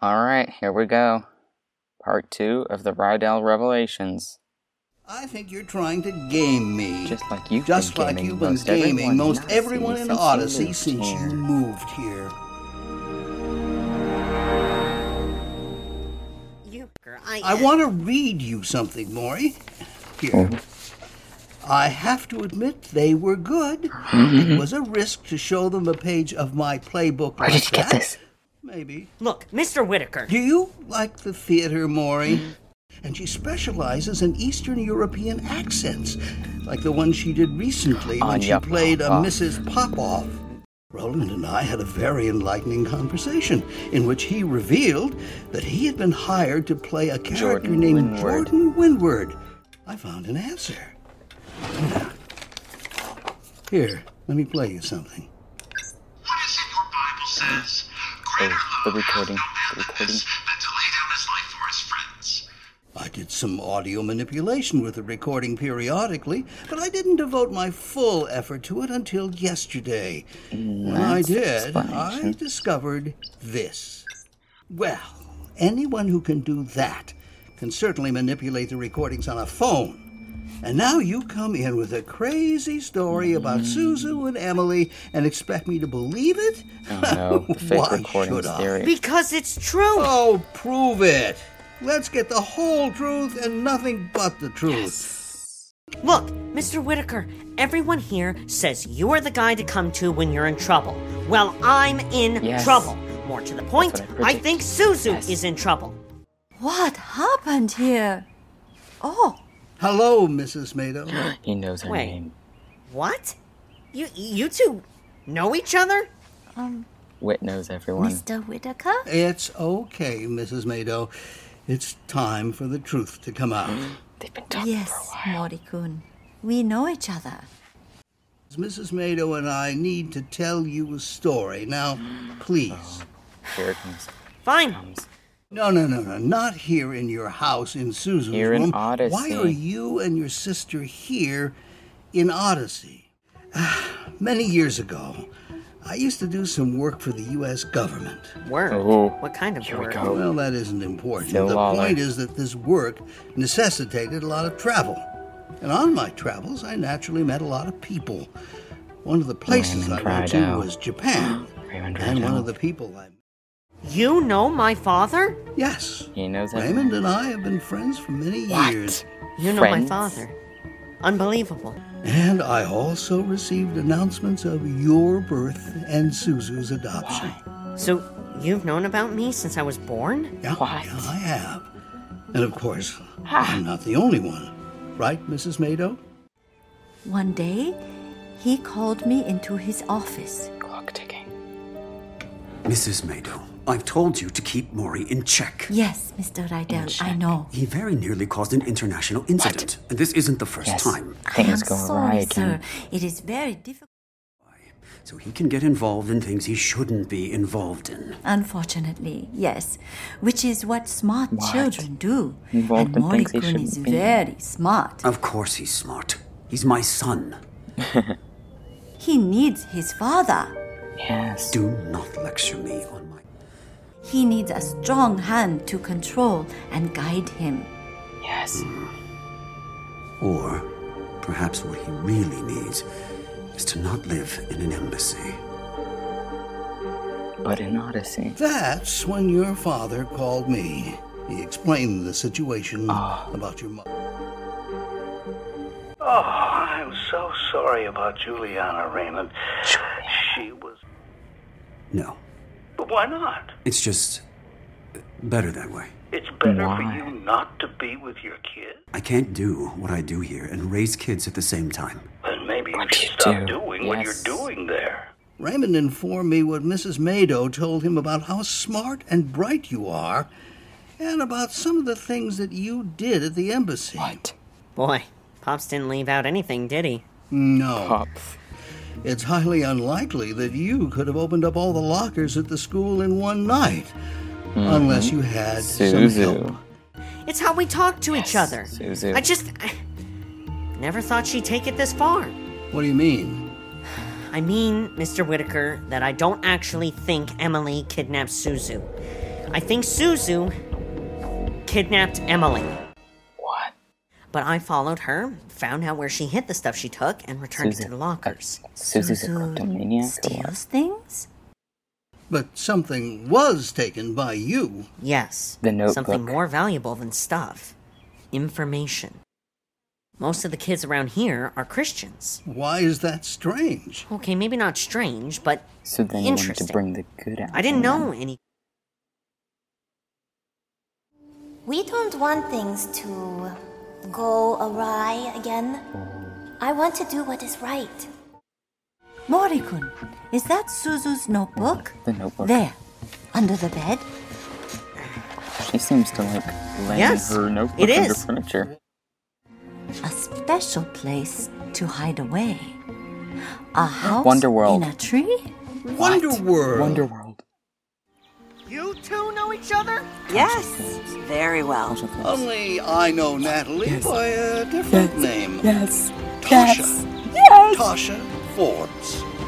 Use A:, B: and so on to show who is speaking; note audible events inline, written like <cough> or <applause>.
A: All right, here we go. Part two of the Rydell Revelations.
B: I think you're trying to game me.
A: Just like you've
B: Just
A: been
B: like
A: gaming
B: you've been
A: most
B: gaming
A: everyone,
B: most
A: Nazi
B: everyone in
A: since you
B: Odyssey
A: moved
B: since you
A: here.
B: moved here.
C: Euchre, I,
B: I want to read you something, Maury. Here.
A: Oh.
B: I have to admit they were good. it was a risk to show them a page of my playbook.
A: Mm-hmm. Where
B: like
A: did you get
B: that.
A: this?
B: Maybe.
C: Look, Mr. Whitaker.
B: Do you like the theater, Maury? And she specializes in Eastern European accents, like the one she did recently when she
A: Anya
B: played a
A: Popoff.
B: Mrs. Popoff. Roland and I had a very enlightening conversation in which he revealed that he had been hired to play a character
A: Jordan
B: named
A: Windward.
B: Jordan Windward. I found an answer. Now, Here, let me play you something.
D: What is it your Bible says? Greater
A: Oh, the
D: love hath
A: recording, the
D: no man than
B: <laughs>
A: recording.
D: this, than to lay down his life for his friends.
B: I did some audio manipulation with the recording periodically, but I didn't devote my full effort to it until yesterday. When I
A: that's
B: did, I
A: explanation.
B: discovered this. Well, anyone who can do that can certainly manipulate the recordings on a phone. And now you come in with a crazy story
A: Mm.
B: about Suzu and Emily and expect me to believe it?
A: Oh, No,
B: <laughs>
A: the fake
B: Why
A: recordings
B: should I?
A: theory.
C: Because it's true.
B: Oh, prove it! Let's get the whole truth and nothing but the truth.
C: Look, Mr. Whitaker, everyone here says you are the guy to come to when you're in trouble. Well, I'm in
A: Yes.
C: trouble. More to the point,
A: That's what I
C: I
A: predict.
C: think Suzu
A: Yes.
C: is in trouble.
E: What happened here? Oh,
B: Hello,
A: <gasps>
B: Mrs. Mado.
A: He knows her
C: Wait.
A: name.
C: What? You you two know each other?
A: Wit knows everyone.
E: Mr. Whitaker?
B: It's okay, Mrs. Mado. It's time for the truth to
A: <gasps>
B: come out.
A: They've been talking
E: Yes,
A: for a while.
E: Morikun. We know each other.
B: Mrs. Mado and I need to tell you a story.
A: <gasps>
B: Now,
A: Oh.
B: please.
A: Here it comes.
C: Fine.
B: No, no, no, no. Not here in your house in Susan's
A: Here in
B: room.
A: Odyssey.
B: Why are you and your sister here in Odyssey? <sighs> Ah, Many years ago, I used to do some work for the U.S. government.
C: Word.
A: Oh,
C: what kind of
A: here we
C: word?
A: go.
B: Well, that isn't important.
A: Phil
B: the
A: Lawler.
B: point is that this work necessitated a lot of travel. And on my travels, I naturally met a lot of people. One of the places
A: Raymond
B: I went to
A: Rideout.
B: was
A: <gasps>
B: Japan.
A: Raymond
B: and one
A: Rideout.
B: of the people I met.
C: You know my father?
B: Yes.
A: He knows everyone.
B: Raymond and I have been friends for many
A: What?
B: years.
C: You know my
A: Friends?
C: father. Unbelievable.
B: And I also received announcements of your birth and Suzu's adoption.
C: So you've known about me since I was born?
B: Yeah,
A: What?
B: yeah, I have. And of course, I'm not the only one. Right, Mrs. Mado?
E: One day, he called me into his office.
A: Clock ticking.
F: Mrs. Mado, I've told you to keep Mori in check.
E: Yes, Mr. Rydell, I know.
F: He very nearly caused an international incident, and this isn't the first
A: Yes.
F: time.
E: I am
A: Things go awry
E: sorry, sir.
A: again.
E: It is very difficult.
F: So he can get involved in things he shouldn't be involved in.
E: Unfortunately, yes, which is what smart
A: What?
E: children do.
A: Involved
E: and
A: in things they
E: Morikun is
A: shouldn't be.
E: very smart.
F: Of course he's smart. He's my son.
E: He needs his father.
A: Yes.
F: Do not lecture me on my.
E: He needs a strong hand to control and guide him.
A: Yes.
F: Or perhaps what he really needs is to not live in an embassy.
A: But in Odyssey.
B: That's when your father called me. He explained the situation
A: Ah.
B: about your mother.
G: Oh, I'm so sorry about Juliana Raymond. She was.
F: No,
G: But why not?
F: it's just uh, better that way.
G: It's better
A: Why?
G: for you not to be with your kid.
F: I can't do what I do here and raise kids at the same time.
G: Then maybe you
A: What
G: should
A: you
G: stop
A: do,
G: doing what
A: yes.
G: you're doing there.
B: Raymond informed me what Mrs. Mado told him about how smart and bright you are, and about some of the things that you did at the embassy.
A: What?
C: Boy, Pops didn't leave out anything, did he?
B: No.
A: Pops.
B: It's highly unlikely that you could have opened up all the lockers at the school in one night, unless you had some help.
A: Suzu.
C: It's how we talk to each other.
A: Suzu.
C: I just never thought she'd take it this far.
B: What do you mean?
C: I mean, Mr. Whitaker, that I don't actually think Emily kidnapped Suzu. I think Suzu kidnapped Emily.
A: What?
C: But I followed her, found out where she hid the stuff she took, and returned it to
A: Susan.
C: the lockers.
A: Susie's uh, a
E: Suzu
A: kleptomaniac or what?
E: steals things?
B: But something was taken by you.
C: Yes.
A: The notebook.
C: Something more valuable than stuff information. Most of the kids around here are Christians.
B: Why is that strange?
C: Okay, maybe not strange, but
A: So then you wanted to
C: interesting.
A: bring the good out.
C: I didn't
A: in them.
C: know any.
H: We don't want things to go awry again. I want to do what is right.
E: Morikun, is that Suzu's notebook?
A: The notebook.
E: There, under the bed.
A: She seems to like lay
C: Yes,
A: her notebook
C: it
A: under
C: is.
A: furniture.
E: A special place to hide away. A house
A: Wonderworld.
E: in a tree?
B: Wonder World.
A: Wonder World.
C: You two know each other?
I: Yes, very well.
B: Only I know Natalie by a different name.
E: Yes.
B: Tasha. Yes. Tasha Forbes.